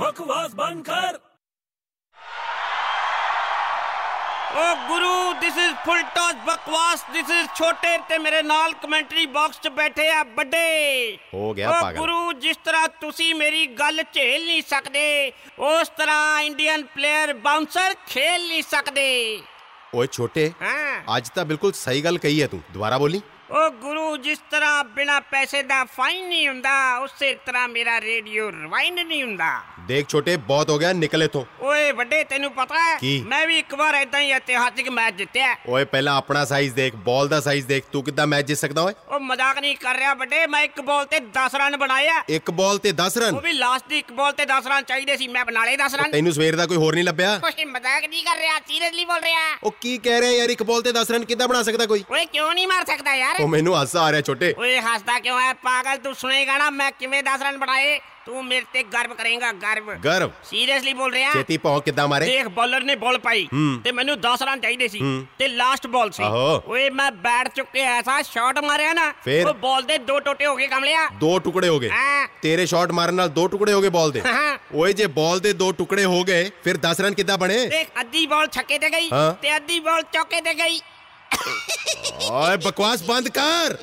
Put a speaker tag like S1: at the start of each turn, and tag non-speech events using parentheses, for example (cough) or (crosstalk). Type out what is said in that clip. S1: ਬਕਵਾਸ ਬੰਦ ਕਰ
S2: ਓ ਗੁਰੂ ਥਿਸ ਇਜ਼ ਫੁੱਲ ਟਾਸ ਬਕਵਾਸ ਥਿਸ ਇਜ਼ ਛੋਟੇ ਤੇ ਮੇਰੇ ਨਾਲ ਕਮੈਂਟਰੀ ਬਾਕਸ 'ਚ ਬੈਠੇ ਆ ਵੱਡੇ
S3: ਹੋ ਗਿਆ
S2: ਓ
S3: ਪਾਗਲ।
S2: ਗੁਰੂ ਜਿਸ ਤਰ੍ਹਾਂ ਤੁਸੀਂ ਮੇਰੀ ਗੱਲ ਝੇਲ ਨਹੀਂ ਸਕਦੇ ਉਸ ਤਰ੍ਹਾਂ ਇੰਡੀਅਨ ਪਲੇਅਰ ਬਾਉਂਸਰ ਖੇਲ ਨਹੀਂ ਸਕਦੇ
S3: ਓਏ ਛੋਟੇ
S2: ਹਾਂ
S3: ਅੱਜ ਤਾਂ ਬਿਲਕੁਲ ਸਹੀ ਗੱਲ ਕਹੀ ਹੈ ਤੂੰ ਦੁਬਾਰਾ ਬੋਲੀ
S2: ਓ ਗੁਰੂ ਜਿਸ ਤਰ੍ਹਾਂ ਬਿਨਾ ਪੈਸੇ ਦਾ ਫਾਈਨ ਨਹੀਂ ਹੁੰਦਾ ਉਸੇ ਤਰ੍ਹਾਂ ਮੇਰਾ ਰੇਡੀਓ ਰਵਾਈਂਡ ਨਹੀਂ ਹੁੰਦਾ
S3: ਦੇਖ ਛੋਟੇ ਬਹੁਤ ਹੋ ਗਿਆ ਨਿਕਲ ਇੱਥੋਂ
S2: ਓਏ ਵੱਡੇ ਤੈਨੂੰ ਪਤਾ ਹੈ
S3: ਕੀ?
S2: ਮੈਂ ਵੀ ਇੱਕ ਵਾਰ ਐਦਾਂ ਹੀ ਇਤਿਹਾਸਿਕ ਮੈਚ ਜਿੱਤਿਆ
S3: ਓਏ ਪਹਿਲਾਂ ਆਪਣਾ ਸਾਈਜ਼ ਦੇਖ ਬਾਲ ਦਾ ਸਾਈਜ਼ ਦੇਖ ਤੂੰ ਕਿੱਦਾਂ ਮੈਚ ਜਿੱਤ ਸਕਦਾ ਓਏ
S2: ਉਹ ਮਜ਼ਾਕ ਨਹੀਂ ਕਰ ਰਿਹਾ ਵੱਡੇ ਮੈਂ ਇੱਕ ਬਾਲ ਤੇ 10 ਰਨ ਬਣਾਇਆ
S3: ਇੱਕ ਬਾਲ ਤੇ 10 ਰਨ
S2: ਉਹ ਵੀ ਲਾਸਟ ਦੀ ਇੱਕ ਬਾਲ ਤੇ 10 ਰਨ ਚਾਹੀਦੇ ਸੀ ਮੈਂ ਬਣਾ ਲਏ 10 ਰਨ
S3: ਤੈਨੂੰ ਸਵੇਰ ਦਾ ਕੋਈ ਹੋਰ ਨਹੀਂ ਲੱਭਿਆ
S2: ਕੋਈ ਮਜ਼ਾਕ ਨਹੀਂ ਕਰ ਰਿਹਾ ਸੀਰੀਅਸਲੀ ਬੋਲ ਰਿਹਾ
S3: ਉਹ ਕੀ ਕਹਿ ਰਿਹਾ ਯਾਰ ਇੱਕ ਬਾਲ ਤੇ 10 ਰਨ ਕਿੱਦਾਂ ਬਣਾ ਸਕਦਾ ਕੋਈ
S2: ਓਏ ਕਿਉਂ ਨਹੀਂ ਮਾਰ ਸਕਦਾ ਯਾਰ
S3: ਉਹ ਮੈਨੂੰ ਹਾਸਾ ਆ ਰਿਹਾ ਛੋਟੇ
S2: ਓਏ ਹੱਸਦਾ ਕਿਉਂ ਹੈ ਪਾਗਲ ਤੂੰ ਸੁਣੇਗਾ ਨਾ ਮੈਂ ਕਿਵੇਂ 10 ਰਨ ਬਣਾਏ ਤੂੰ ਮੇਰੇ ਤੇ ਗਰਵ ਕਰੇਗਾ ਗਰਵ
S3: ਗਰਵ
S2: ਸੀਰੀਅਸਲੀ ਬੋਲ ਰਿਹਾ
S3: ਛੇਤੀ ਭੌਂ ਕਿੱਦਾਂ ਮਾਰੇ
S2: ਦੇਖ ਬੌਲਰ ਨੇ ਬਾਲ ਪਾਈ ਤੇ ਮੈਨੂੰ 10 ਰਨ ਚਾਹੀਦੇ ਸੀ ਤੇ ਲਾਸਟ ਬਾਲ ਸੀ
S3: ਆਹੋ।
S2: ਓਏ ਮੈਂ ਬੈਟ ਚੁੱਕੇ ਐਸਾ ਸ਼ਾਟ ਮਾਰਿਆ ਨਾ
S3: ਫੇਰ?
S2: ਉਹ ਬਾਲ ਦੇ ਦੋ ਟੋਟੇ ਹੋ ਗਏ ਕਮਲਿਆ
S3: ਦੋ ਟੁਕੜੇ ਹੋ ਗਏ
S2: ਹਾਂ।
S3: ਤੇਰੇ ਸ਼ਾਟ ਮਾਰਨ ਨਾਲ ਦੋ ਟੁਕੜੇ ਹੋ ਗਏ ਬਾਲ
S2: (laughs)
S3: ਦੇ
S2: ਹਾਂ।
S3: ਓਏ ਜੇ ਬਾਲ ਦੇ ਦੋ ਟੁਕੜੇ ਹੋ ਗਏ ਫਿਰ 10 ਰਨ ਕਿੱਦਾਂ ਬਣੇ
S2: ਦੇਖ ਅੱਧੀ ਬਾਲ ਛੱਕੇ ਤੇ ਗਈ
S3: ਹਾਂ।
S2: ਤੇ ਅੱਧੀ ਬਾਲ ਚੌਕੇ ਤੇ ਗਈ
S3: ਓਏ ਬਕਵਾਸ ਬੰਦ ਕਰ